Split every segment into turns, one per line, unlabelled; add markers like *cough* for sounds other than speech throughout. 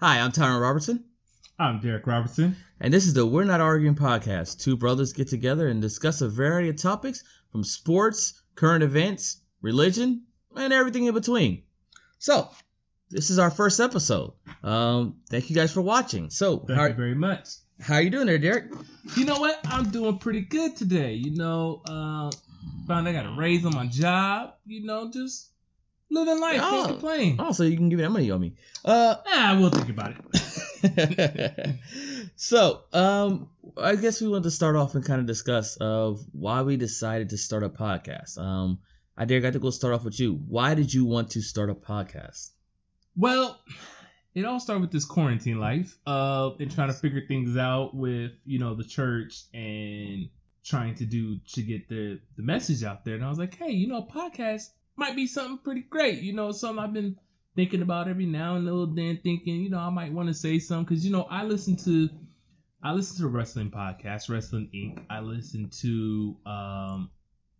Hi, I'm Tyron Robertson,
I'm Derek Robertson.
and this is the We're Not Arguing podcast. Two brothers get together and discuss a variety of topics from sports, current events, religion, and everything in between. So, this is our first episode. Um, thank you guys for watching. So,
Thank
how
you
are,
very much.
how are you doing there, Derek?
You know what? I'm doing pretty good today. You know, uh, found I got a raise on my job. You know, just living life,
Oh.
can't complain.
Oh, so you can give me that money on me. Uh,
Nah, we'll think about it.
*laughs* so, um, I guess we want to start off and kind of discuss of why we decided to start a podcast. Um, I dare got to go start off with you. Why did you want to start a podcast?
Well, it all started with this quarantine life uh, and trying to figure things out with you know the church and trying to do to get the the message out there. And I was like, hey, you know, a podcast might be something pretty great. You know, something I've been thinking about every now and then, thinking you know I might want to say something because you know I listen to I listen to wrestling podcasts, Wrestling Inc. I listen to um,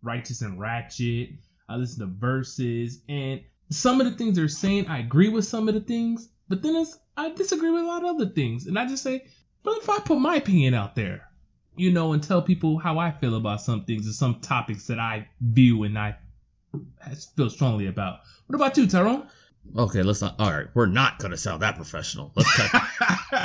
Righteous and Ratchet. I listen to verses and some of the things they're saying, I agree with some of the things, but then it's, I disagree with a lot of other things. And I just say, but if I put my opinion out there, you know, and tell people how I feel about some things or some topics that I view and I feel strongly about. What about you, Tyrone?
Okay, let's not. All right, we're not gonna sound that professional. Let's *laughs* cut,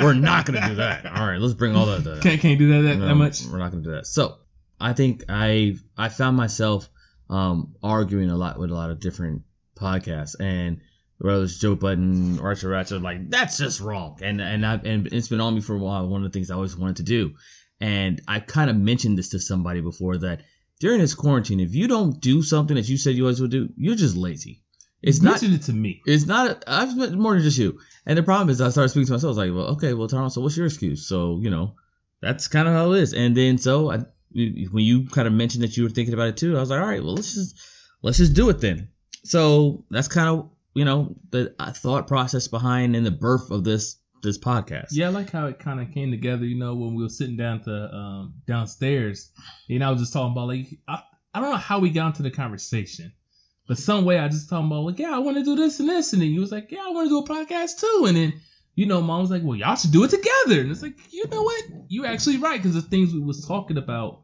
*laughs* we're not gonna do that. All right, let's bring all that. down.
Can't, can't do that that, that
No,
much.
We're not gonna do that. So I think I I found myself um, arguing a lot with a lot of different podcasts and whether it's Joe Button, Archer Ratchet, like that's just wrong. And and I and it's been on me for a while. One of the things I always wanted to do, and I kind of mentioned this to somebody before that during this quarantine, if you don't do something that you said you always would do, you're just lazy. It's
You
not
mentioned it to me.
it's not. I've spent more than just you. And the problem is, I started speaking to myself. I was like, well, okay, well, Toronto. So, what's your excuse? So, you know, that's kind of how it is. And then, so I, when you kind of mentioned that you were thinking about it too, I was like, all right, well, let's just let's just do it then. So that's kind of you know the uh, thought process behind and the birth of this this podcast.
Yeah, I like how it kind of came together. You know, when we were sitting down to um, downstairs, and I was just talking about like I, I don't know how we got into the conversation, but some way I just talking about like yeah, I want to do this and this, and then you was like yeah, I want to do a podcast too, and then you know, mom was like well y'all should do it together, and it's like you know what, you're actually right because the things we was talking about,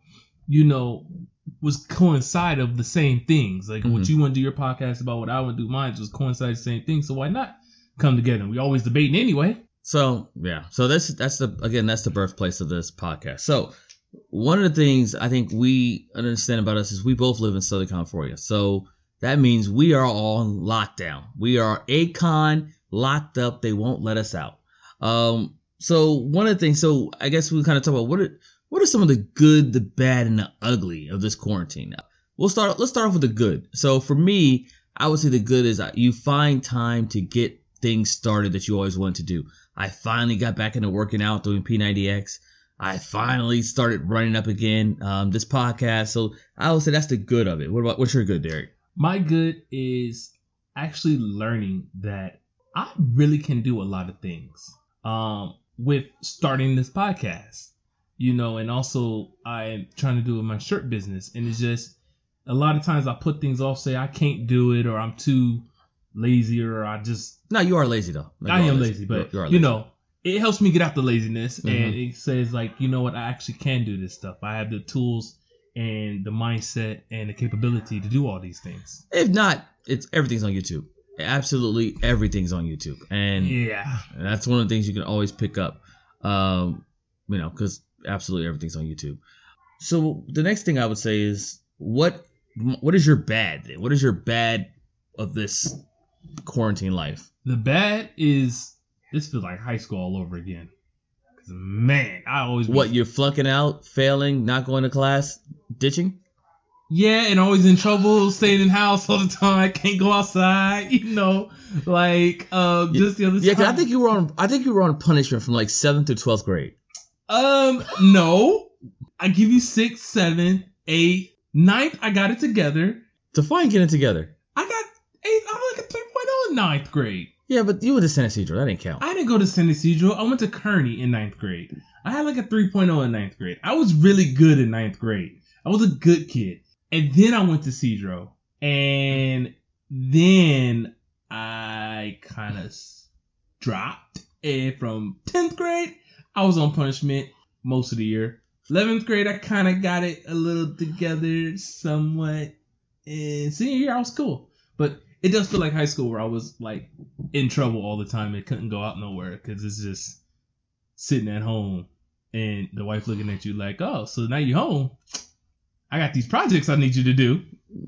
you know, was coincide of the same things. Like what
Mhm.
you want to do your podcast about, what I want to do mine was coincide the same thing. So why not come together? We always debating anyway.
So yeah, so that's that's the again that's the birthplace of this podcast. So one of the things I think we understand about us is we both live in Southern California, so that means we are all on lockdown. We are acon locked up. They won't let us out. Um, so one of the things, so I guess we kind of talk about what are what are some of the good, the bad, and the ugly of this quarantine. We'll start. Let's start off with the good. So for me, I would say the good is that you find time to get things started that you always wanted to do. I finally got back into working out doing P90X. I finally started running up again um, this podcast. So I would say that's the good of it. What about what's your good, Derek?
my good is actually learning that I really can do a lot of things um, with starting this podcast, you know, and also I'm trying to do with my shirt business. And it's just a lot of times I put things off, say I can't do it, or I'm too lazy, or I just
No, you are lazy though. No,
I
you are
am lazy, but
You are- you are
you know, it helps me get out the laziness, and
Mhm.
it says like, you know what, I actually can do this stuff. I have the tools and the mindset and the capability to do all these things.
if not, it's everything's on YouTube. Absolutely everything's on YouTube, and
Yeah.
that's one of the things you can always pick up. Um, you know, because absolutely everything's on YouTube. So the next thing I would say is what what is your bad? What is your bad of this quarantine life?
The bad is this feels like high school all over again. 'Cause, man, I always
What you're flunking out, failing, not going to class, ditching?
Yeah, and always in trouble, staying in house all the time. Can't go outside. *laughs* You know, like uh,
Yeah,
just the other
Yeah, 'cause
time.
I think you were on. I think you were on punishment from like seventh to twelfth grade.
Um, no. I give you six, seven, eight, ninth. I got it together.
Define getting together.
I got eight. I'm like a 3.0 in ninth grade.
Yeah, but you went to San Isidro. That didn't count.
I didn't go to San Isidro. I went to Kearney in ninth grade. I had like a 3.0 in ninth grade. I was really good in ninth grade. I was a good kid. And then I went to Cedro. And then I kind of dropped And from 10th grade, I was on punishment most of the year. 11th grade, I kind of got it a little together somewhat. And senior year, I was cool. But it does feel like high school where I was like in trouble all the time and couldn't go out nowhere because it's just sitting at home and the wife looking at you like, oh, so now you're home. I got these projects I need you to do.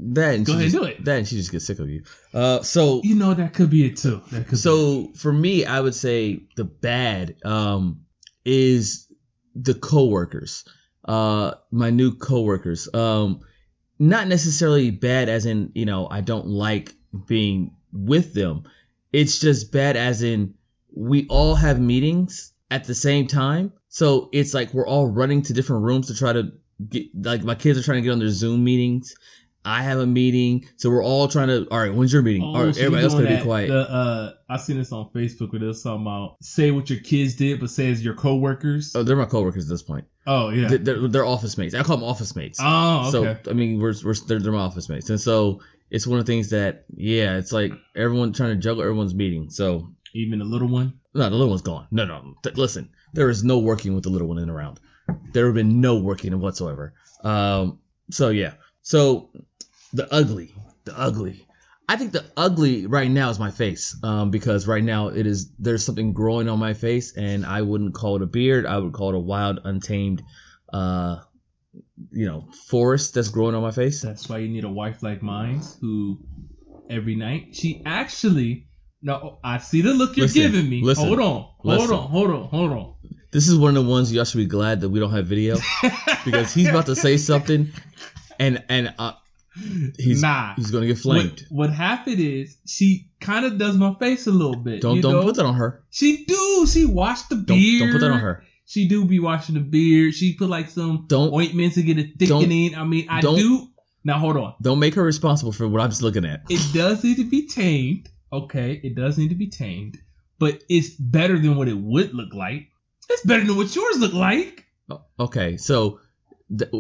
That and
Go
she
ahead and
just-
do it.
That and she just gets sick of you. Uh, so
You know, that could be it too. That could be it.
so for me, I would say the bad um, is the coworkers. Uh, my new coworkers. Um, not necessarily bad as in you know I don't like being with them. It's just bad as in we all have meetings at the same time, so it's like we're all running to different rooms to try to get. Like my kids are trying to get on their Zoom meetings. I have a meeting, so we're all trying to. All right, when's your meeting? all right,
Oh, so
everybody
you
else
doing
gotta be
that-
quiet.
The, uh, I seen this on Facebook where they was talking about say what your kids did, but say it's your coworkers.
Oh, they're my coworkers at this point.
Oh yeah.
They- They're, they're office mates. I call them office mates.
oh okay.
So I mean, we're, we're they're, they're my office mates, and so it's one of the things that yeah, it's like everyone trying to juggle everyone's meeting. So
Even the little one.
no, the little one's gone. No, no, th- listen, there is no working with the little one in around. There have been no working whatsoever. Um, so yeah, so the ugly, the ugly. I think the ugly right now is my face, um, because right now it is there's something growing on my face, and I wouldn't call it a beard. I would call it a wild, untamed, uh, you know, forest that's growing on my face.
That's why you need a wife like mine who every night she actually. No, I see the look you're
Listen,
giving me.
listen,
hold on, hold
listen.
on, hold on, hold on.
This is one of the ones y'all should be glad that we don't have video, *laughs* because he's
*laughs*
about to say something, and and uh, he's
nah.
he's gonna get flamed.
What, what happened is she kind of does my face a little bit.
Don't
you
don't
know?
put that on her.
She do. She wash the
Don't
beard.
don't put that on her.
She do be washing the beard. She put like some
Don't
ointment to get it thickening. I mean, I
don't-
do. Now hold on.
don't make her responsible for what I'm just looking at.
It does need to be tamed. Okay, it does need to be tamed, but it's better than what it would look like. It's better than what yours look like.
O- Okay, so th-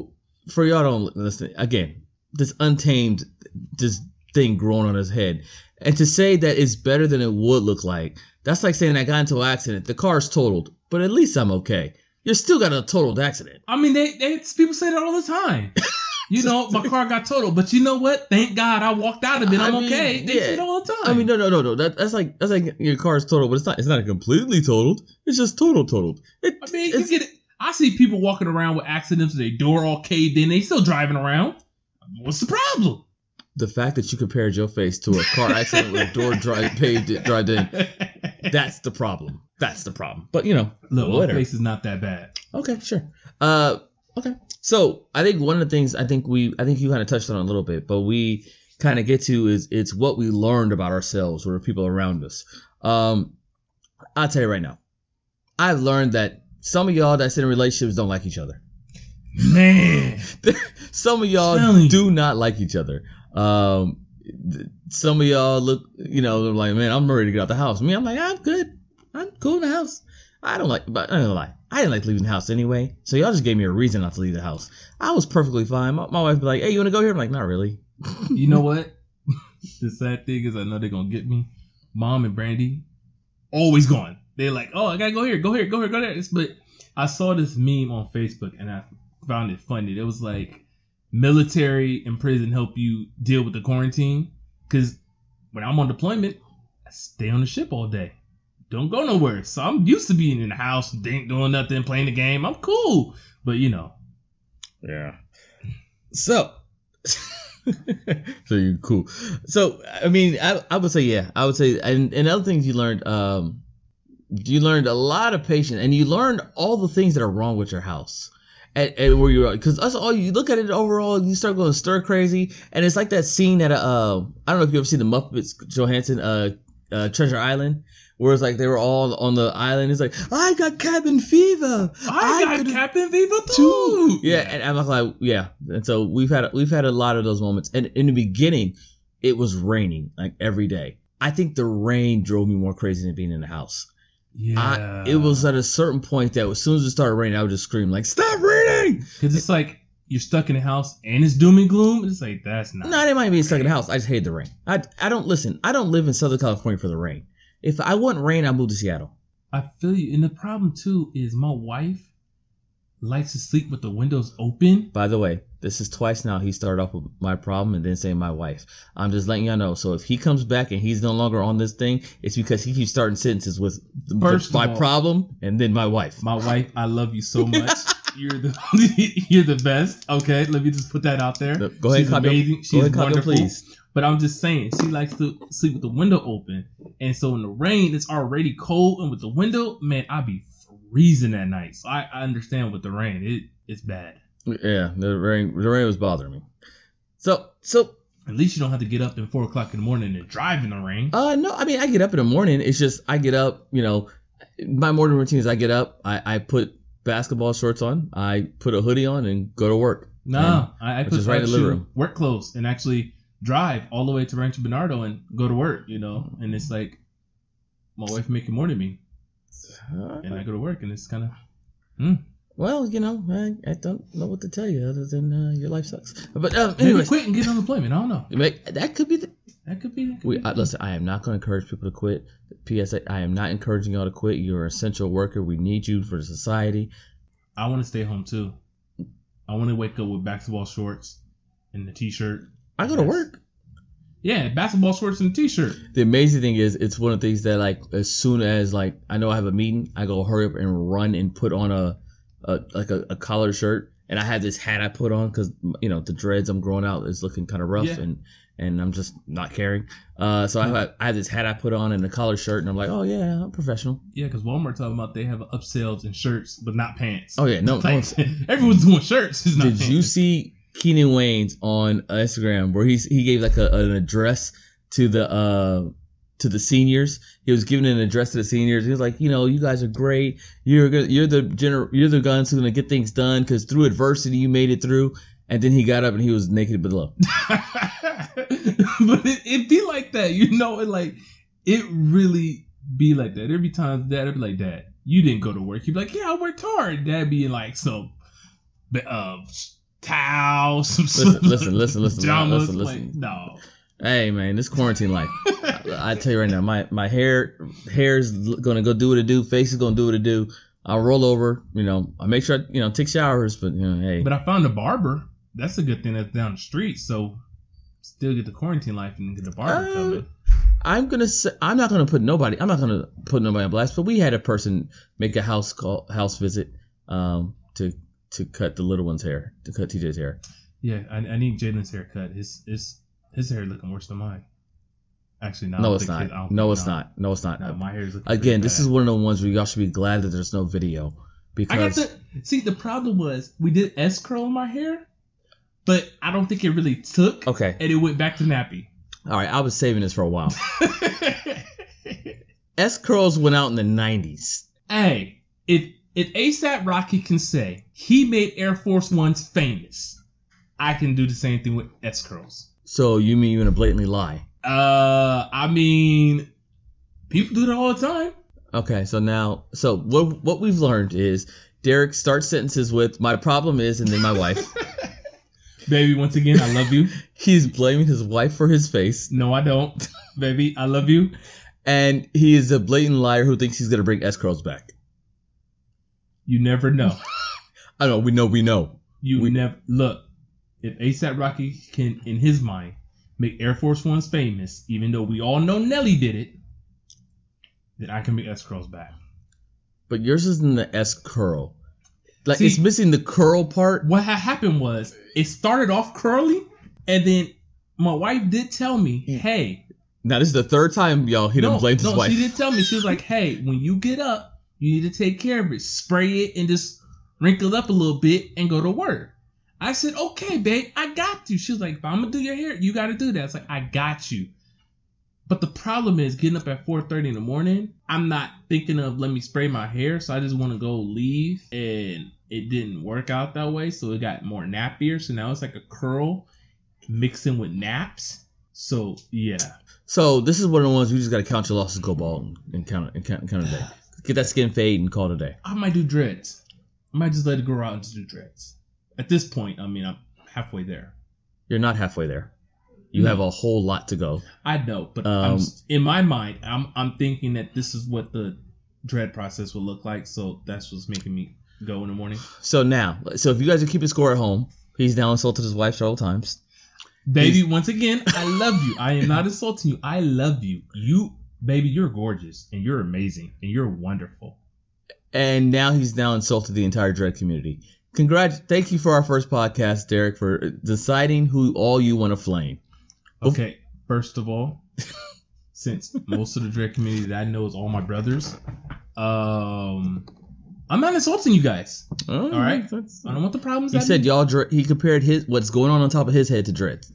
for y'all don't listen again. This untamed this thing growing on his head, and to say that it's better than it would look like, that's like saying I got into an accident. The car's totaled, but at least I'm okay. You're still got a totaled accident.
I mean, they, they people say that all
*laughs*
the time. You know, my car got totaled, but you know what? Thank God I walked out of it.
I
I'm
mean,
okay. They say
yeah.
that all the
I
time.
mean, no, no, no, no. That, that's like that's like your car's totaled, but it's not. It's not completely totaled. It's just total totaled. It,
I mean,
it's-
you get it. I see people walking around with accidents, their door all caved in, they still driving around. What's the problem? *laughs*
the fact that you compared your face to a car accident with a door dri- paved dried in. That's the problem. That's the problem. But you know,
Look, my
Whatever.
face is not that bad.
okay, sure. Uh, okay. So I think one of the things I think we I think you kind of touched on it a little bit, but we kind of get to is it's what we learned about ourselves or the people around us. Um, I'll tell you right now, I've learned that some of y'all that's in relationships don't like each other.
Man,
Some of y'all
Telling you.
do not like each other. Um, th- some of y'all look, you know, they're like, man, I'm ready to get out the house. Me, I'm like, I'm good. I'm cool in the house. I don't like, but I don't lie. I didn't like leaving the house anyway. So y'all just gave me a reason not to leave the house. I was perfectly fine. My, my wife be like, hey, you want to go here? I'm like, not really.
you
*laughs*
know what? the sad thing is, I know they're gonna get me. Mom and Brandy, always gone. They're like, oh, I gotta go here, go here, go here, go there. It's- But I saw this meme on Facebook and I found it funny. It was like, military and prison help you deal with the quarantine. Cause when I'm on deployment, I stay on the ship all day. Don't go nowhere. So I'm used to being in the house, ain't doing nothing, playing the game. I'm cool. But you know,
Yeah. So. *laughs* so you're cool. So I mean, I, I would say yeah. I would say and, and other things you learned. Um, you learned a lot of patience, and you learned all the things that are wrong with your house. And, and where you're because us all you look at it overall, you start going stir crazy, and it's like that scene that uh, I don't know if you ever seen the Muppets Johansson uh, uh Treasure Island. Where it's like they were all on the island. It's like I got cabin fever.
I, got
couldn't
Captain Viva
too.
too.
Yeah, and I'm not like, yeah. And so we've had we've had a lot of those moments. And in the beginning, it was raining like every day. I think the rain drove me more crazy than being in the house.
Yeah.
It was at a certain point that as soon as it started raining, I would just scream like, "Stop raining!"
because it's like you're stuck in the house and it's doom and gloom. It's like that's not.
No, I didn't mind being stuck in the house. I just hated the rain. I I don't listen. I don't live in Southern California for the rain. If I want rain, I move to Seattle.
I feel you. And the problem too is my wife likes to sleep with the windows open.
By the way, this is twice now he started off with my problem and then saying my wife. I'm just letting y'all know. So if he comes back and he's no longer on this thing, it's because he keeps starting sentences with the-
First of
my
all-
problem and then my wife.
My wife, I love you so much. You're the *laughs* you're the best. Okay, let me just put that out there.
No, go ahead,
She's
Cotton.
amazing. She's
Go ahead, Cotton,
wonderful.
please.
But I'm just saying, she likes to sleep with the window open, and so in the rain, it's already cold, and with the window, man, I be freezing at night. So I, I understand with the rain, it it's bad.
Yeah, the rain, the rain was bothering me. So, so
At least you don't have to get up at four o'clock in the morning and drive in the rain.
Uh, no, I mean I get up in the morning. It's just I get up. You know, my morning routine is I get up, I, I put basketball shorts on, I put a hoodie on, and go to work.
No, I, I put
just right in the living
actual
room.
work clothes and actually drive all the way to Rancho Bernardo and go to work, you know. And it's like my wife making more than me, and I go to work, and it's kind of
Well, you know, I, I don't know what to tell you other than uh, your life sucks. But um,
maybe
anyways,
quit and get unemployment. I don't know.
like, that could be the.
That could be.
We, I, listen, I am not going to encourage people to quit. PSA, I am not encouraging y'all to quit. You're an essential worker. We need you for society.
I want to stay home too. I want to wake up with basketball shorts and the t-shirt.
I go to
Yes.
work.
Yeah, basketball shorts and a t-shirt.
the amazing thing is it's one of the things that like as soon as like I know I have a meeting, I go hurry up and run and put on a, a like a, a collared shirt, and I have this hat I put on because you know the dreads I'm growing out is looking kind of rough
Yeah.
and and I'm just not caring. Uh, so I have I have this hat I put on and a collared shirt, and I'm like, oh yeah, I'm professional.
Yeah, because Walmart talking about they have upsells in shirts, but not pants.
Oh yeah, no. no
Like, *laughs* everyone's doing shirts. It's not
did you
pants.
see Keenan Waynes on Instagram where he's he gave like a, an address to the uh to the seniors? He was giving an address to the seniors. He was like, you know, you guys are great. You're go- you're the gener- you're the guns who's gonna get things done because through adversity you made it through. And then he got up and he was naked below.
*laughs* but it, it be like that, you know. It like it really be like that. There'd be times that I'd be like, Dad, you didn't go to work. You'd be like, Yeah, I worked hard. Dad be in like some but, uh, towel, *laughs* some
Listen, listen, listen,
*laughs*
listen,
pajamas.
listen,
like,
listen.
no. *laughs*
Hey man, this quarantine life. I, I tell you right now, my my hair hair's l- gonna go do what it do. Face is gonna do what it do. I roll over, you know. I make sure I, you know take showers, but you know, hey.
But I found a barber. That's a good thing. That's down the street, so still get the quarantine life and get the barber
Uh,
covered.
I'm gonna say I'm not gonna put nobody. I'm not gonna put nobody on blast. But we had a person make a house call, house visit, um, to to cut the little one's hair, to cut TJ's hair.
Yeah, I, I need Jalen's haircut. His his his hair looking worse than mine. Actually, no, I
No,
don't
it's
think
not.
his- I don't
No,
think-
it's not. No, it's not.
No, my hair is looking pretty
Again, this
bad.
is one of the ones where y'all should be glad that there's no video
I got
because
the see. The problem was we did S curl in my hair, but I don't think it really took,
okay,
and it went back to nappy. *laughs*
all right. I was saving this for a while. S curls went out in the '90s.
hey, if if ASAP Rocky can say he made Air Force Ones famous, I can do the same thing with S curls.
So you mean you're gonna blatantly lie?
Uh, I mean, people do that all the time.
Okay, so now, so what what we've learned is Derek starts sentences with "my problem is" and then my wife. *laughs*
Baby, once again, I love you.
He's blaming his wife for his face,
No, I don't.
*laughs*
Baby, I love you.
and he is a blatant liar who thinks he's gonna bring S curls back.
You never know.
I know, we know, we know.
You
We-
never look. If ASAP Rocky can, in his mind, make Air Force Ones famous, even though we all know Nelly did it, then I can make S curls back.
But yours isn't the S curl. Like
See-
it's missing the curl part.
What had happened was it started off curly, and then my wife did tell me, "Hey,
Now this is the third time y'all he done blamed his
no,
wife.
she did tell me. She was like, "Hey, when you get up, you need to take care of it. Spray it and just wrinkle it up a little bit and go to work." I said, "Okay, babe, I got you." She was like, "If I'm gonna do your hair, you got to do that." It's like, "I got you." But the problem is getting up at 4:30 in the morning. I'm not thinking of let me spray my hair, so I just want to go leave, and it didn't work out that way. So it got more nappier. So now it's like a curl mixing with naps. So yeah.
So this is one of the ones we just gotta count your losses, go bald, and count and count, and count a day. Get that skin fade and call it a day.
I might do dreads. I might just let it grow out and just do dreads. At this point, I mean, I'm halfway there.
You're not halfway there. You
No.
have a whole lot to go.
I know, but
Um,
I'm, s- in my mind, I'm I'm thinking that this is what the dread process would look like. So that's what's making me go in the morning.
So now, so if you guys are keeping score at home, he's now insulted his wife several times.
Baby, once again, I love you. I am not insulting you. I love you. You, baby, you're gorgeous and you're amazing and you're wonderful.
and now he's now insulted the entire dread community. Congrats! Thank you for our first podcast, Derek, for deciding who all you want to flame. Oh.
Okay, first of all, *laughs* since most of the dread community that I know is all my brothers, um, I'm not insulting you guys.
All
right.
Oh, that's-
I don't want the problems.
He
that
said y'all. Dre- he compared his what's going on on top of his head to dread.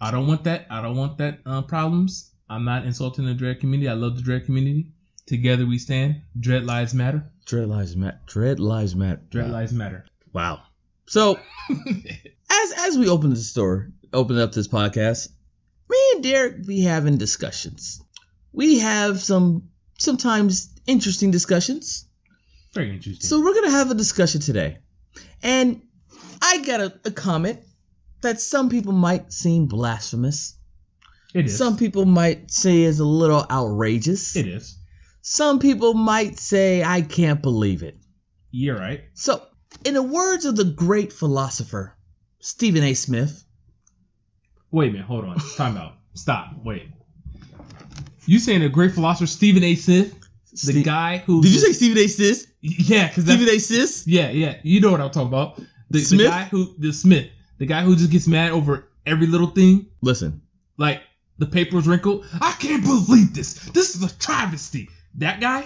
I don't want that. I don't want that uh, problems. I'm not insulting the dread community. I love the dread community. Together we stand. Dread lives matter.
Dread lives matter. Dread lives matter.
Dread
wow.
lives matter.
Wow. So as as we open the store, open up this podcast, me and Derek be having discussions. We have some sometimes interesting discussions.
Very interesting.
So we're gonna have a discussion today, and I got a, a comment that some people might seem blasphemous.
it is.
Some people might say is a little outrageous.
It is.
Some people might say I can't believe it.
You're right.
So, in the words of the great philosopher Stephen A. Smith,
Wait a
*laughs*
minute. Hold on. Time out. Stop. Wait. You saying the great philosopher Stephen A. Smith, the
Ste-
guy who
Did you say Stephen A. Sis?
Yeah, because that's
Stephen A. Sis?
yeah, yeah. You know what I'm talking about. The, the
Smith?
guy who the Smith, the guy who just gets mad over every little thing.
Listen,
like the paper's wrinkled. I can't believe this. This is a travesty. That guy.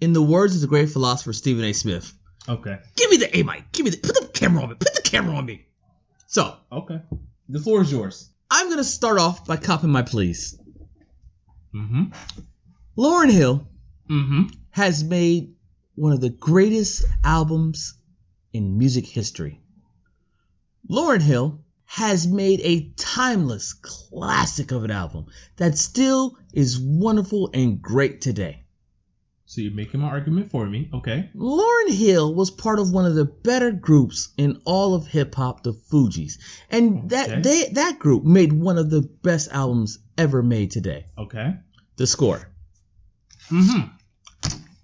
in the words of the great philosopher Stephen A. Smith,
Okay.
give me the A mic. Give me the put the camera on me. Put the camera on me. So,
Okay. The floor is yours.
I'm gonna start off by copping my pleas.
Mm-hmm.
Lauren Hill
Mm-hmm.
has made one of the greatest albums in music history. Lauren Hill has made a timeless classic of an album that still is wonderful and great today.
So you're making my argument for me. Okay.
Lauren Hill was part of one of the better groups in all of hip hop, the Fugees, and that
Okay.
they that group made one of the best albums ever made today.
Okay.
The score.
Mm-hmm.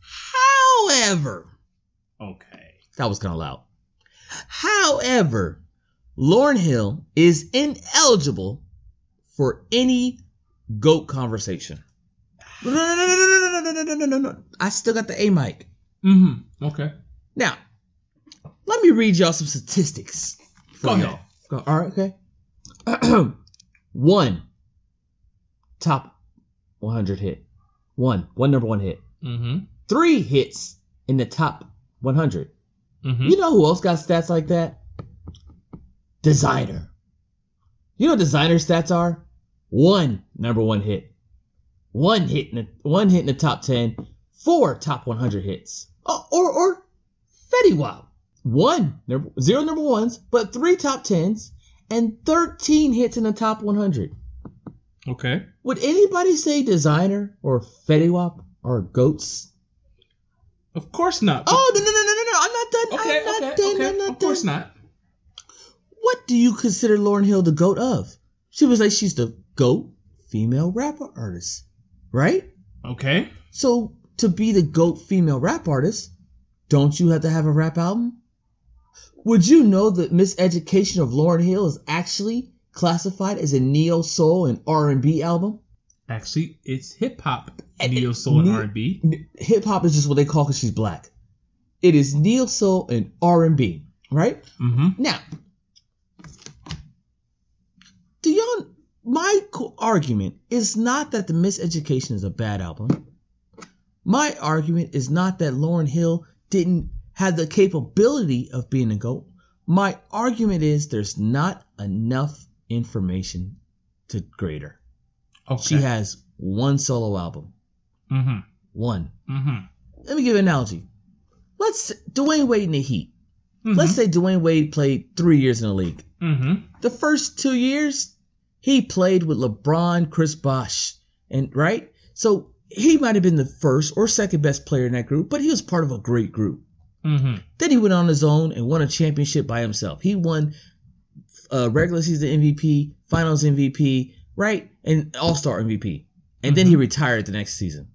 However,
Okay.
That was kind of loud. However, Lauren Hill is ineligible for any GOAT conversation. No, no, no, no, no, no, no, no, no, no, no, no. I still got the A mic.
Mm-hmm. Okay.
Now, let me read y'all some statistics. for
Go
y'all.
ahead.
Go- All right, okay. *clears throat* one top 100 hit. One. One number one hit.
Mm-hmm.
Three hits in the top 100.
Mm-hmm.
You know who else got stats like that? Designer. You know what designer stats are? One number one hit, one hit in the one hit in the top ten, four top one hundred hits, or, or or Fetty Wap. One number zero number ones, but three top tens and thirteen hits in the top one hundred.
Okay.
Would anybody say designer or Fetty Wap are goats?
Of course not.
Oh no no no no no no! I'm not done.
okay.
I'm not
Okay.
done.
okay.
I'm not
of course
done.
not.
what do you consider Lauren Hill the goat of? She was like she's the goat female rap artist, right?
Okay.
So to be the goat female rap artist, don't you have to have a rap album? Would you know that Miseducation of Lauren Hill is actually classified as a neo soul and R and B album?
Actually, it's hip hop,
And-
neo soul, and
ne-
R and B.
Hip hop is just what they call because she's black. It is neo soul and R and B, right?
Mm-hmm.
Now, do y'all? My co- argument is not that the Miseducation is a bad album. My argument is not that Lauren Hill didn't have the capability of being a goat. My argument is there's not enough information to grade her.
Okay.
She has one solo album.
mm-hmm.
One.
Mm-hmm.
Let me give you an analogy. Let's Dwayne Wade in the Heat. Let's say Dwayne Wade played three years in the league.
Mm-hmm.
the first two years, he played with LeBron, Chris Bosh, and right. So he might have been the first or second best player in that group, but he was part of a great group.
Mm-hmm.
Then he went on his own and won a championship by himself. He won uh, regular season MVP, Finals MVP, right, and All Star MVP. And then he retired the next season.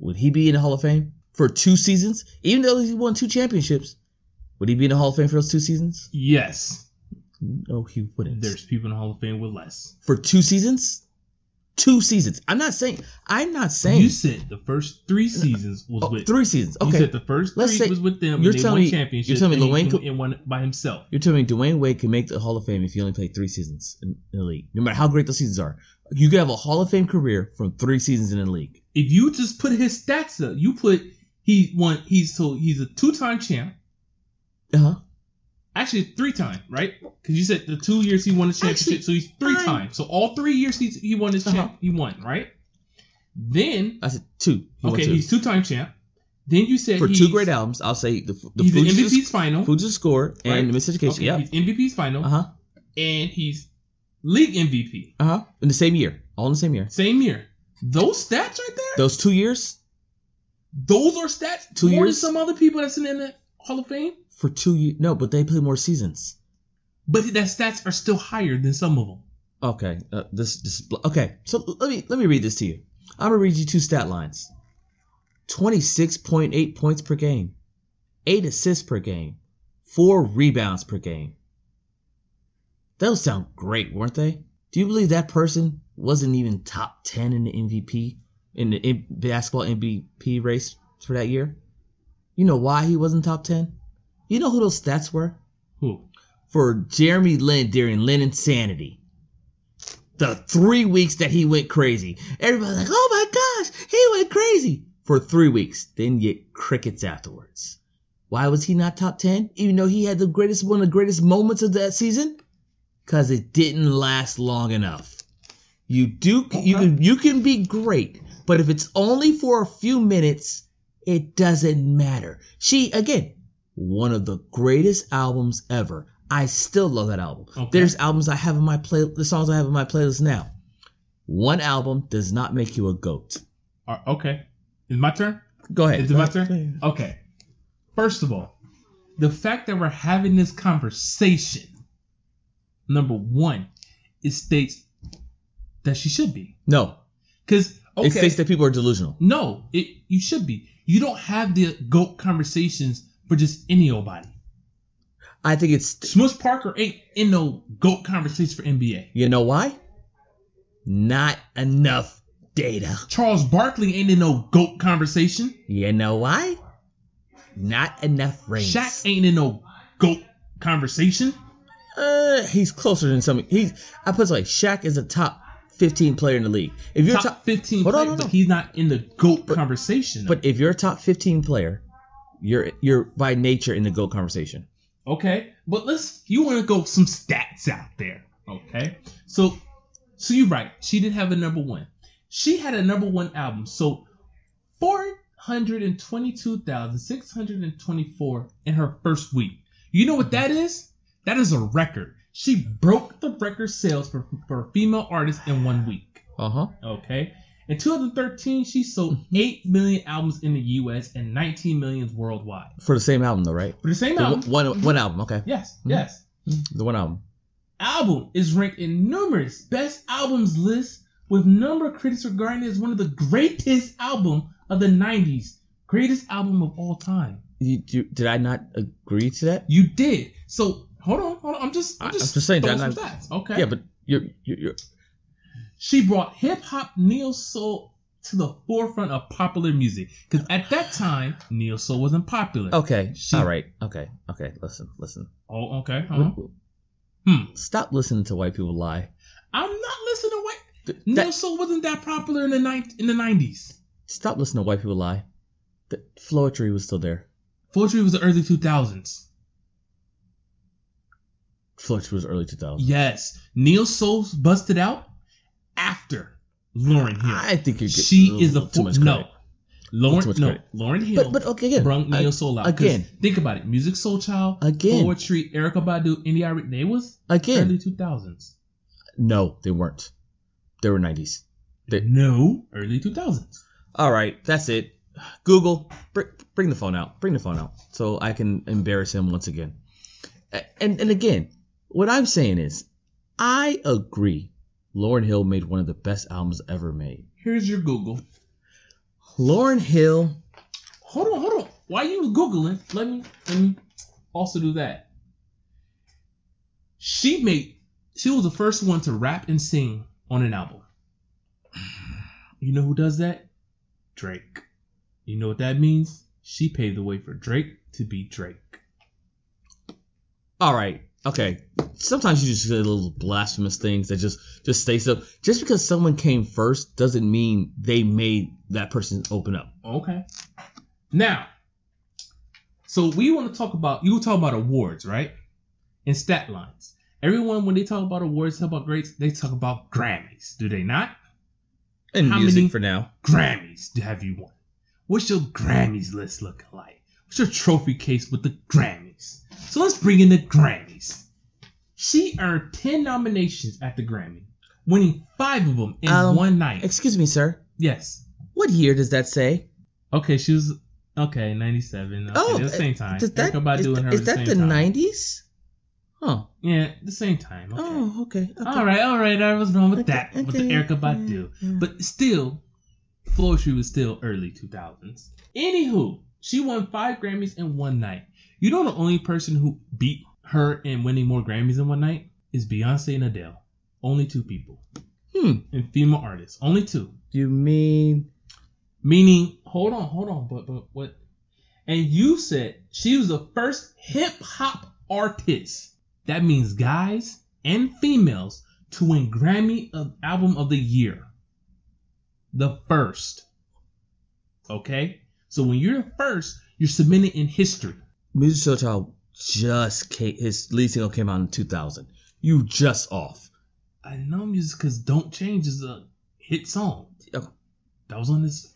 Would he be in the Hall of Fame? for two seasons, even though he won two championships, would he be in the Hall of Fame for those two seasons?
Yes.
No, he wouldn't.
There's people in the Hall of Fame with less.
for two seasons, two seasons. I'm not saying. I'm not saying
You said the first three seasons was
Oh,
with.
three seasons. Okay,
You said the first
Let's
three
say-
was with them.
you're
You're they
telling
won
me-
championships.
you're telling me
and he
Loenko-
came and won by himself.
You're telling me Dwayne Wade can make the Hall of Fame if he only played three seasons in, in the league. No matter how great those seasons are, you could have a Hall of Fame career from three seasons in the league.
If you just put his stats up, you put he won. He's so he's a two-time champ.
Uh
Uh-huh.
huh.
Actually, three time, right? Because you said the two years he won the championship,
Actually,
so he's three
I-
time. So all three years he he won his champ,
Uh-huh.
he won, right? Then
I said two. He won
okay,
two.
he's two time champ. Then you said
for
he's,
two great albums. I'll say the the
he's in
Fuji's,
MVP's final.
Fuji's score and
Right.
the Miseducation.
Okay,
Yeah.
he's MVP's final,
Uh huh.
and he's league MVP.
Uh huh. In the same year, all in the same year.
Same year. Those stats right there.
Those two years
Those are stats
Two
more
years?
than some other people that's in the Hall of Fame.
for two years. No, but they played more seasons.
But that stats are still higher than some of them.
Okay. Uh, this this okay. So let me let me read this to you. I'm gonna read you two stat lines. Twenty six point eight points per game, eight assists per game, four rebounds per game. Those sound great, weren't they? Do you believe that person wasn't even top ten in the MVP in the M- basketball MVP race for that year? You know why he wasn't top ten? You know who those stats were?
Who?
for Jeremy Lin during Lin Insanity. The three weeks that he went crazy. Everybody's like, oh my gosh, he went crazy for three weeks, then get crickets afterwards. Why was he not top 10, even though he had the greatest one of the greatest moments of that season? Because it didn't last long enough. You do you can you can be great, but if it's only for a few minutes, it doesn't matter. She again, one of the greatest albums ever. I still love that album.
Okay.
There's albums I have in my play the songs I have in my playlist now. One album does not make you a goat.
Are, okay. Is my turn?
Go ahead.
Is it my turn? Okay. First of all, the fact that we're having this conversation, number one, it states that she should be.
No.
Because okay,
It states that people are delusional.
no, it you should be. You don't have the goat conversations for just any old body.
I think it's
Smush Parker ain't in no goat conversation for NBA.
you know why? Not enough data.
Charles Barkley ain't in no goat conversation.
You know why? Not enough rings.
Shaq ain't in no goat conversation.
Uh, he's closer than some. He's. I put it this way: Shaq is a top fifteen player in the league. If you're
Top,
top,
15
Hold on,
player,
hold on.
but he's not in the GOAT conversation. though.
but if you're a top fifteen player, you're you're by nature in the goat conversation.
Okay, but let's you want to go some stats out there. Okay, so so you're right. She did have a number one. She had a number one album. So four hundred and twenty-two thousand six hundred and twenty-four in her first week. You know what that is? That is a record. She broke the record sales for for a female artist in one week.
Uh huh.
Okay. In 2013, she sold 8 million albums in the US and 19 million worldwide.
For the same album though, right?
For the same
The
album. Mm-hmm.
one one- one album. Okay.
Yes,
Mhm.
yes.
The one album.
album is ranked in numerous best albums lists, with number of critics regarding it as one of the greatest album of the 90s, greatest album of all time.
You, you, did I not agree to that?
You did. So hold on, hold on. I'm just,
I-
I'm just,
I'm just saying
throwing
that
some stats. Okay.
Yeah, but you're you're, you're
she brought hip hop neo soul to the forefront of popular music because at that time neo soul wasn't popular.
okay.
She-
All right. Okay. Okay. Listen. Listen.
Oh, okay.
Mm-hmm.
uh-huh. Hmm.
Stop listening to white people lie.
I'm not listening to what
Th- that-
neo soul wasn't that popular in the ni- in the 90s.
stop listening to white people lie. The floetry was still there.
Forgery was the early 2000s.
Floetry was early 2000s.
Yes, Neil Soul's busted out after Lauren Hill.
I think you're
she
getting
is the
little too
fo-
much
no
credit.
Lauren
Too much
no
credit.
Lauren Hill.
But but okay again.
brung
I-
Neil Soul out 'Cause
again.
Think about it: music, soul child,
Again.
poetry, Erica Badu, Indy Irene. They was
again.
early two thousands.
No, they weren't. They were 90s. They-
No, early two thousands.
All right, that's it. Google, br- bring the phone out. Bring the phone out so I can embarrass him once again. A- And and again, what I'm saying is, I agree. Lauren Hill made one of the best albums ever made.
Here's your Google.
Lauren Hill
Hold on, hold on. While you were googling, let me let me also do that. She made she was the first one to rap and sing on an album. You know who does that? Drake. You know what that means? She paved the way for Drake to be Drake.
All right. Okay. Sometimes you just get little blasphemous things that just just stays up. Just because someone came first doesn't mean they made that person open up.
Okay. Now, so we want to talk about you were talking about awards, right? And stat lines. Everyone when they talk about awards, talk about grades, they talk about Grammys, do they not?
And
How
music
many-
for now.
Grammys have you won? What's your Grammys list looking like? What's your trophy case with the Grammys? So let's bring in the Grammys. She earned 10 nominations at the Grammy, winning five of them in
Um,
one night.
Excuse me, sir.
Yes.
What year does that say?
Okay, she was. Okay, 97. Okay,
Oh,
oh, the same time.
Does that,
Erica Badu
is,
and her
is
at
that
the
the
same time.
90s? Huh.
Yeah, the same time. Okay.
Oh, okay. okay.
All right, all right. I was wrong with
Okay,
that, with
okay,
the Erica
yeah,
Badu.
yeah.
But still, Floetry was still early 2000s. Anywho, she won five Grammys in one night. You know the only person who beat her in winning more Grammys in one night is Beyonce and Adele. Only two people.
Hmm.
And female artists. Only two.
you mean
Meaning, hold on, hold on, but but what? And you said she was the first hip hop artist. That means guys and females to win Grammy of Album of the Year. The first. Okay? So when you're the first, you're submitted in history.
Music Show Child just came, his lead single came out in 2000. You just off.
I know music because Don't Change is a hit song.
Oh.
That was on this.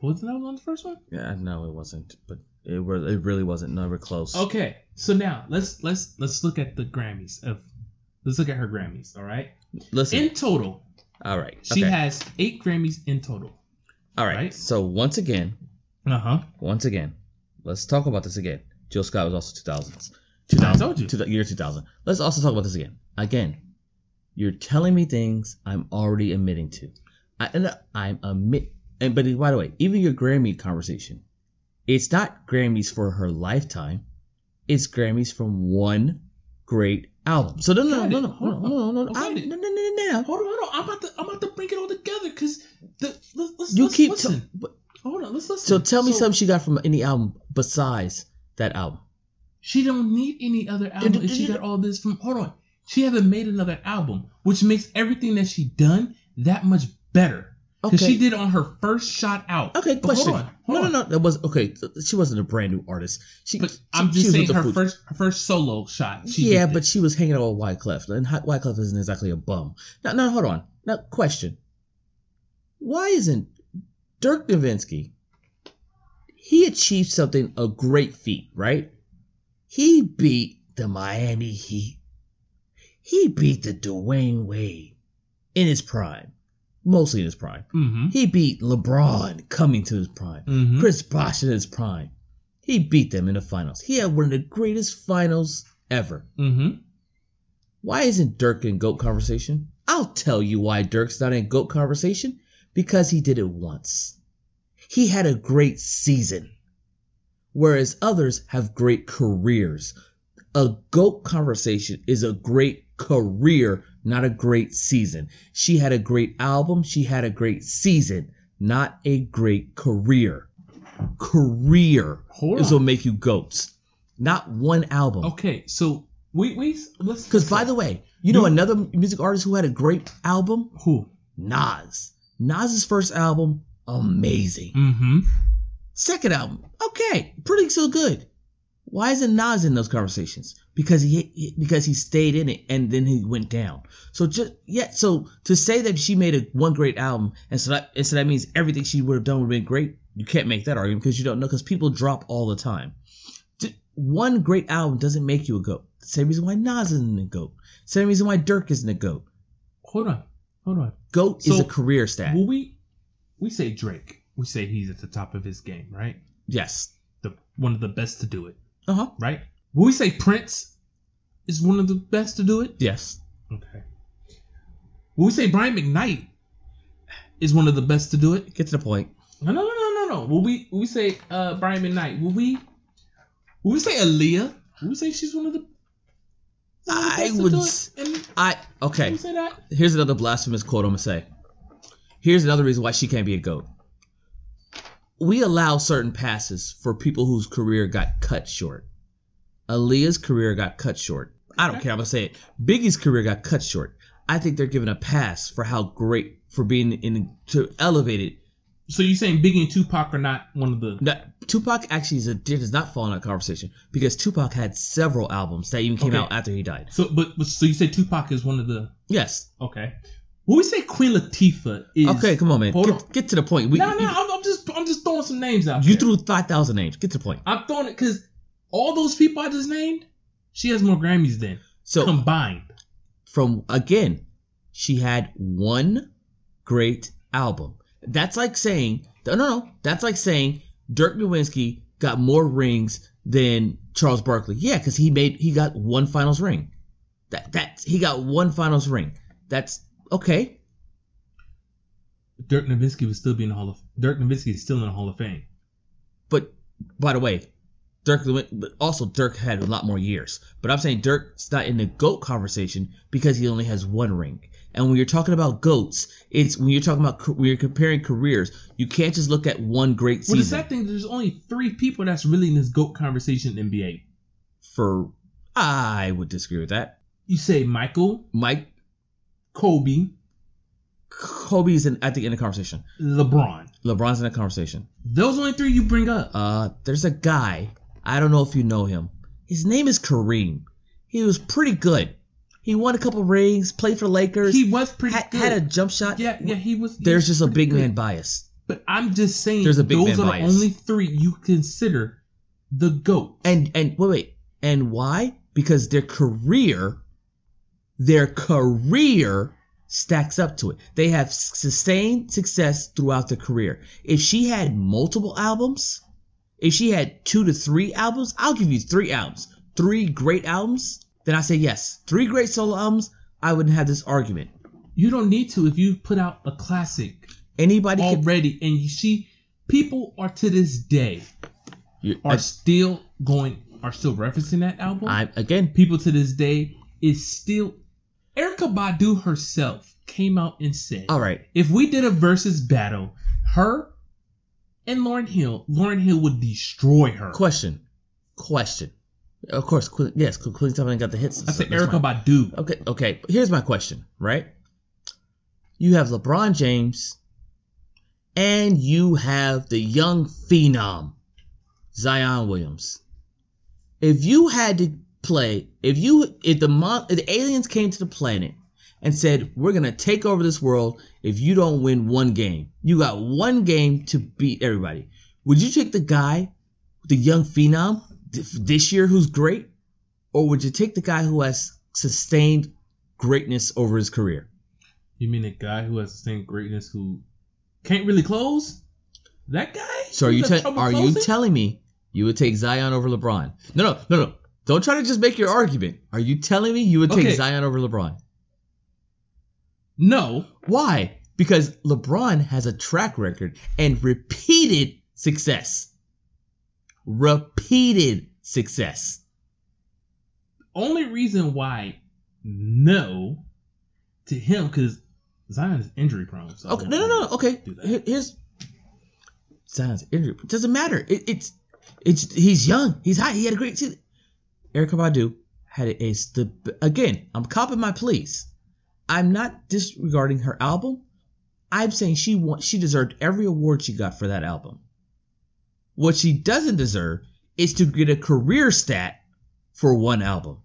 Wasn't that on the first one?
Yeah, no, it wasn't, but it was. It really wasn't. Never close.
Okay, so now let's let's let's look at the Grammys of let's look at her Grammys. All right,
Listen.
in total,
all right.
she
okay.
has eight Grammys in total.
all right.
right?
So once again,
Uh huh.
once again, let's talk about this again. Jill Scott was also 2000s.
I told you.
To the year 2000. Let's also talk about this again. Again, you're telling me things I'm already admitting to. I, and I'm admit. And but by the way, even your Grammy conversation, it's not Grammys for her lifetime. It's Grammys from one great album. So no, no,
Got
no,
it.
no, no, no, no, no, I-
Got it.
no, no, no, no, no.
Hold on, hold on. I'm about to I'm about to bring it all together because the let's, let's
You
let's
keep.
listen.
T- but-
hold on, let's
so
listen.
tell me something she got from any album besides that album.
She don't need any other album. if she got all this from. Hold on, she haven't made another album, which makes everything that she done that much better.
Okay.
Because she did it on her first shot out.
Okay,
But
question.
Hold on, hold
no,
on.
no, no. That was okay. th- She wasn't a brand new artist. She.
But
she-
I'm
she
just
was
saying
with the
her
Fugees.
first her first
*laughs*
solo shot. She
yeah,
did
but
this.
she was hanging out with Wyclef, and Hy- Wyclef isn't exactly a bum. Now, now hold on. Now, question. Why isn't Dirk Nowitzki? He achieved something a great feat, right? He beat the Miami Heat. He beat the Dwayne Wade in his prime, mostly in his prime.
Mhm.
He beat LeBron coming to his prime.
Mhm.
Chris Bosh in his prime. He beat them in the finals. He had one of the greatest finals ever.
Mhm.
Why isn't Dirk in GOAT conversation? I'll tell you why Dirk's not in GOAT conversation. Because he did it once. He had a great season. Whereas others have great careers. A GOAT conversation is a great career, not a great season. She had a great album. She had a great season, not a great career. Career
Hold
is
on.
what make you GOATs. Not one album.
Okay, so we we let's
Because by the way, you know
You-
another music artist who had a great album?
who?
Nas. Nas's first album, amazing.
Mhm.
Second album, okay, pretty so good. Why isn't Nas in those conversations? Because he he- because he stayed in it and then he went down. So just yeah, so to say that she made a one great album and so that and so that means everything she would have done would have been great. You can't make that argument because you don't know because people drop all the time. Ju- One great album doesn't make you a goat. Same reason why Nas isn't a goat. Same reason why Dirk isn't a goat.
Hold on. Hold on.
Goat is
So-
a career stat.
Well, we we say Drake. We say he's at the top of his game, right?
yes.
The one of the best to do it,
Uh huh.
right? Will we say Prince is one of the best to do it?
Yes.
Okay. Will we say Brian McKnight is one of the best to do it?
Get to the point.
No, no, no, no, no, no. Will we will we say uh Brian McKnight? Will we will we say Aaliyah? Will we say she's one of the? one of the
I
best to
would
do it?
s-
And
I
will
okay.
we say that?
Here's another blasphemous quote I'm gonna say. Here's another reason why she can't be a goat. We allow certain passes for people whose career got cut short. Aaliyah's career got cut short. I don't
Okay.
care. I'm gonna say it. Biggie's career got cut short. I think they're given a pass for how great for being in to elevated.
So you saying Biggie and Tupac are not one of the?
Now, Tupac actually is a, does not fall in that conversation because Tupac had several albums that even came
Okay.
out after he died.
So but, but so you say Tupac is one of the?
Yes.
Okay. Will we say Queen Latifah is?
Okay, come on, man.
Hold
Get,
on.
get to the point. We,
No,
you-
no, I'm, I'm just I'm just throwing some names out.
You
there.
threw 5,000 names. Get to the point.
I'm throwing it because all those people I just named, she has more Grammys than
So,
combined.
from again, she had one great album. That's like saying, no, no, no. That's like saying Dirk Nowinski got more rings than Charles Barkley. Yeah, because he made, he got one finals ring. That, that, he got one finals ring. That's okay.
Dirk Nowitzki would still be in the Hall of Dirk Nowitzki is still in the Hall of Fame.
But by the way, Dirk Lewin- but also Dirk had a lot more years. But I'm saying Dirk's not in the goat conversation because he only has one ring. And when you're talking about goats, it's when you're talking about ca- when you're comparing careers, you can't just look at one great
What is
season
that thing? There's only three people that's really in this GOAT conversation in NBA.
for. I would disagree with that.
You say Michael,
Mike
Kobe,
Kobe's in, I think in the conversation.
LeBron.
LeBron's in the conversation.
Those only three you bring up.
Uh, there's a guy. I don't know if you know him. His name is Kareem. He was pretty good. He won a couple rings, played for the Lakers.
he was pretty
had,
good.
had a jump shot.
yeah, yeah, he was. he
There's
was
just a
pretty
big
good.
man bias,
But I'm just saying,
There's a big
those
man
are
bias.
the only three you consider the GOAT.
and and wait, wait, and why? Because their career, their career stacks up to it. They have sustained success throughout their career. If she had multiple albums, if she had two to three albums, I'll give you three albums, three great albums. Then I say yes, three great solo albums. I wouldn't have this argument.
You don't need to if you put out a classic
Anybody can.
already, and you see, people are to this day
You-
are still going, are still referencing that album.
I, again,
people to this day is still. Erica Badu herself came out and said,
all right.
"If we did a versus battle, her and Lauren Hill, Lauren Hill would destroy her."
Question. Question. Of course, Queen, yes, Queen Stefani got the hits.
I said
That's
Erica
fine.
Badu.
Okay, okay. Here's my question, right? You have LeBron James, and you have the young phenom, Zion Williams. If you had to play, if you if the mon- if the aliens came to the planet and said, "We're gonna take over this world," if you don't win one game, you got one game to beat everybody. Would you take the guy, the young phenom th- this year who's great, or would you take the guy who has sustained greatness over his career?
You mean a guy who has the same greatness who can't really close? That guy?
So are you
Who's had
tell
trouble
are you
closing?
telling me you would take Zion over LeBron? No, no, no, no. Don't try to just make your argument. Are you telling me you would take
Okay.
Zion over LeBron?
No.
Why? Because LeBron has a track record and repeated success. Repeated success.
only reason why no to him because Zion is injury prone. So I
Okay,
won't
no, no, no. Okay,
do that.
Here- here's Zion's injury. It doesn't matter. It, it's it's he's young. He's hot. He had a great season. Eric Badu had a the again. I'm copping my pleas. I'm not disregarding her album. I'm saying she won, she deserved every award she got for that album. What she doesn't deserve is to get a career stat for one album.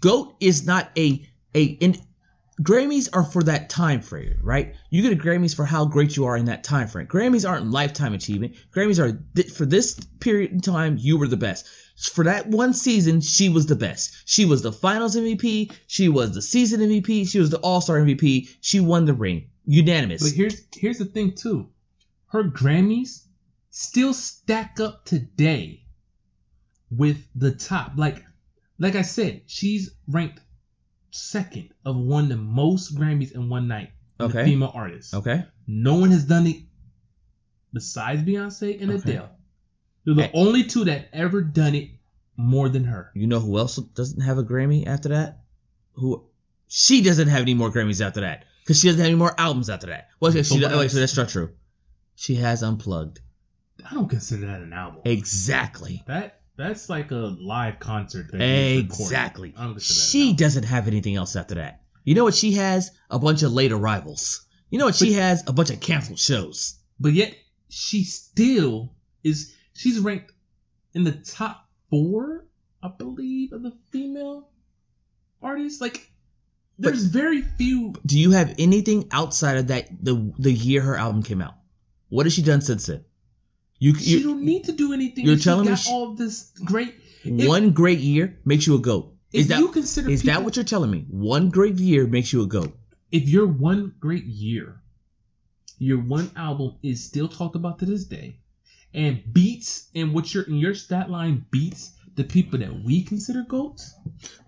Goat is not a a and Grammys are for that time frame, right? You get a Grammys for how great you are in that time frame. Grammys aren't lifetime achievement. Grammys are th- for this period in time you were the best. For that one season, she was the best. She was the Finals MVP. She was the season MVP. She was the All Star MVP. She won the ring, unanimous.
But here's here's the thing too, her Grammys still stack up today with the top. Like like I said, she's ranked second of one the most Grammys in one night. in the
Okay.
female artists.
okay.
No one has done it besides Beyonce and
Okay.
Adele. They're the
Hey.
only two that ever done it more than her.
You know who else doesn't have a Grammy after that? Who? She doesn't have any more Grammys after that because she doesn't have any more albums after that. Well, okay, she,
But what
okay, so
else?
that's not true. She has unplugged.
I don't consider that an album.
Exactly.
That that's like a live concert. That you record.
Exactly.
I don't consider that an
She
album.
doesn't have anything else after that. You know what she has? A bunch of late arrivals. You know what she has? A bunch of canceled shows.
but yet she still is. She's ranked in the top four, I believe, of the female artists. Like, there's very few.
Do you have anything outside of that the the year her album came out? What has she done since then? You,
She
you
don't need to do anything.
you're
She
telling me
got
she-
all this great. if-
one great year makes you a goat.
If
Is that
you consider
Is
people,
that what you're telling me? One great year makes you a goat.
if your one great year, your one album is still talked about to this day, and beats and what your and your stat line beats the people that we consider goats,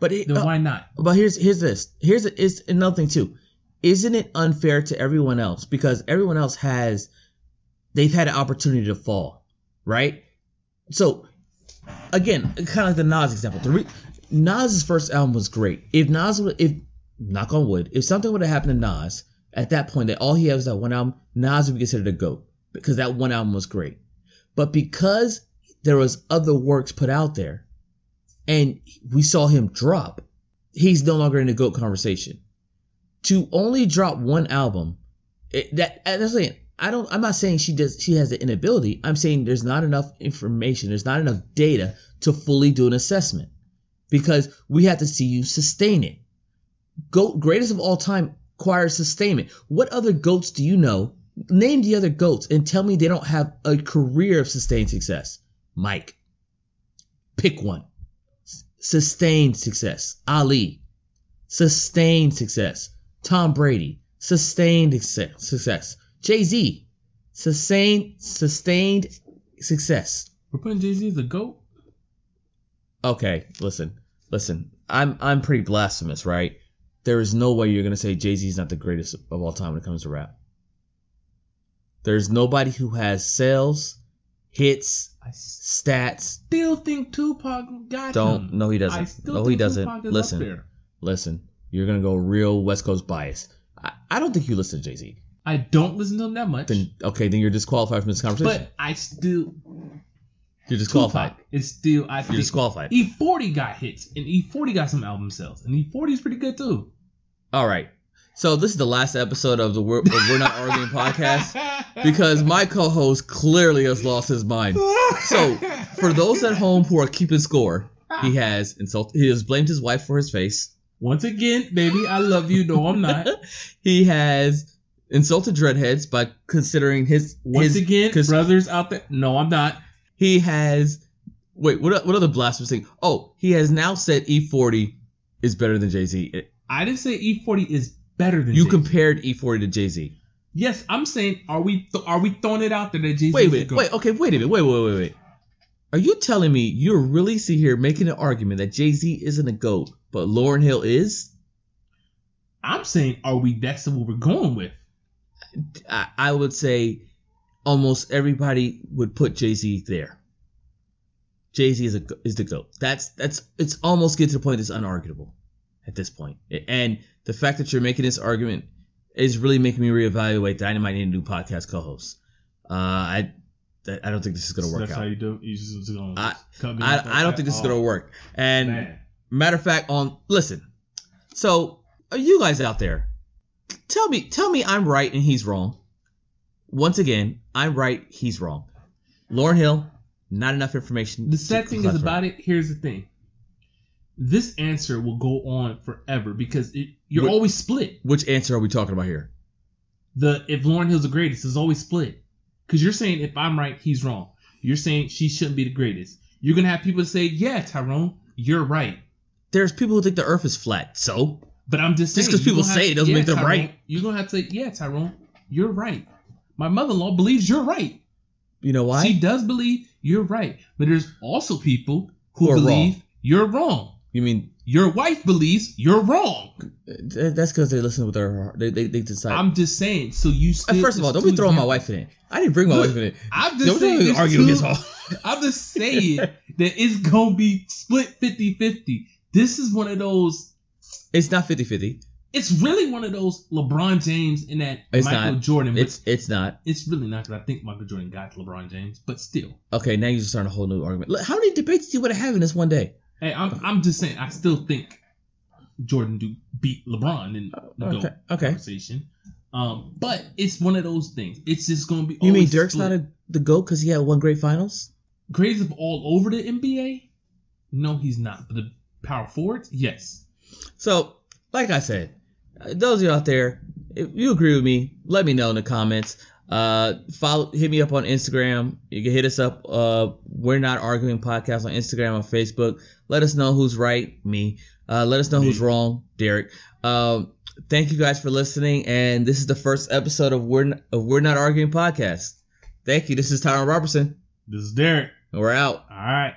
But it,
then
uh,
why not?
but here's here's this. Here's a, is another thing too. Isn't it unfair to everyone else because everyone else has they've had an opportunity to fall, right? So again, kind of like the Nas example. The re- Nas's first album was great. If Nas would, if knock on wood, if something would have happened to Nas at that point, that all he has is that one album, Nas would be considered a goat because that one album was great. But because there was other works put out there, and we saw him drop, he's no longer in the goat conversation. To only drop one album, it, that and that's saying I don't. I'm not saying she does. She has the inability. I'm saying there's not enough information. There's not enough data to fully do an assessment because we have to see you sustain it. Goat greatest of all time requires sustainment. What other goats do you know? Name the other goats and tell me they don't have a career of sustained success. Mike, pick one sustained success. Ali, sustained success. Tom Brady, sustained exce- success. Jay Z, sustained sustained success.
We're putting Jay Z as a goat.
Okay, listen, listen. I'm I'm pretty blasphemous, right? There is no way you're gonna say Jay Z is not the greatest of all time when it comes to rap. There's nobody who has sales, hits,
I s-
stats.
still think Tupac got
Don't.
him.
No, he
I
doesn't.
still
No,
think
he doesn't.
Tupac is up
Listen.
there.
listen, you're gonna go real West Coast bias. I, I don't think you listen to Jay Z.
I don't listen to him that much,
Then okay, then you're disqualified from this conversation.
but I still
you're disqualified.
Tupac is still I
You're
think
disqualified.
E40 got hits and E40 got some album sales and E40 is pretty good too.
All right. So this is the last episode of the We're, of We're Not Arguing
*laughs*
podcast because my co-host clearly has lost his mind. So, For those at home who are keeping score, he has insulted. He has blamed his wife for his face.
Once again, baby, I love you. No,
*laughs*
I'm not.
He has insulted dreadheads by considering his
Once
his
again,
'cause-
brothers out there. No, I'm not.
He has wait, what what other blasphemous thing? Oh, he has now said E40 is better than Jay Z.
I didn't say E40 is better than
You
Jay-Z.
compared E40 to Jay Z.
Yes, I'm saying, are we th- are we throwing it out there that Jay Z?
Wait, wait, wait. Okay, wait a minute. Wait, wait, wait, wait. Are you telling me you're really sitting here making an argument that Jay Z isn't a goat, but Lauren Hill is?
I'm saying, are we? That's what we're going with.
I, I would say almost everybody would put Jay Z there. Jay Z is a go- is the goat. That's that's it's almost get to the point that's unarguable at this point. And the fact that you're making this argument is really making me reevaluate Dynamite need a new podcast co-host. Uh, I I don't think this is gonna
So
work
that's how
out.
you do. You just gonna
I-
cut me off
I, I don't
like
think
that?
this is
Oh,
gonna work. And
man.
Matter of fact, on listen. So uh, you guys out there, tell me, tell me I'm right and he's wrong. Once again, I'm right, he's wrong. Lauren Hill, not enough information.
The
to
sad thing is
classify.
about it. Here's the thing. This answer will go on forever because it, you're
What-
always split.
Which answer are we talking about here?
The if Lauren Hill's the greatest is always split because you're saying if I'm right, he's wrong. You're saying she shouldn't be the greatest. You're gonna have people say, yeah, Tyrone, you're right.
There's people who think the Earth is flat. So
But I'm just saying,
Just 'cause
you
people
gonna have
say it
to-
doesn't
yeah,
make them
Tyrone,
right.
You're gonna have to say, yeah, Tyrone, you're right. My mother-in-law believes you're right.
you know why?
She does believe you're right. But there's also people
Who
who
are
believe
wrong.
you're wrong.
You mean
Your wife believes you're wrong.
th- that's because they listen with their heart. They they, they decide.
I'm just saying. So you
Uh,
still,
First of all,
there's
don't be
two
throwing my
examples.
wife in it. I didn't bring my
Look,
wife in it.
I'm just
Don't
saying.
don't
there's
argue
two-
against all.
*laughs* I'm just saying that it's gonna be split 50 50. This is one of those.
It's not 50-50.
It's really one of those LeBron James and that
It's
Michael
not.
Jordan. But it's,
It's it's not.
really not because I think Michael Jordan got to LeBron James, but still.
Okay, now you're just starting a whole new argument. Look, How many debates do you want to have in this one day?
Hey, I'm I'm just saying. I still think Jordan do beat LeBron in the
Okay, okay.
conversation. Um, but it's one of those things. It's just gonna be.
You mean
always
Dirk's
split.
not a, the goat because he had one great finals?
grades of all over the NBA? No, he's not. But the power forwards, yes.
So, like I said, uh, those of you out there, if you agree with me, let me know in the comments. Uh, follow, hit me up on Instagram. You can hit us up. Uh, we're not arguing podcast on Instagram or Facebook. Let us know who's right, me. Uh, let us know who's
Me.
wrong, Derek. Um, thank you guys for listening, and this is the first episode of we're N- of we're not arguing podcast. Thank you. This is Tyron Robertson.
This is Derek.
We're out.
All right.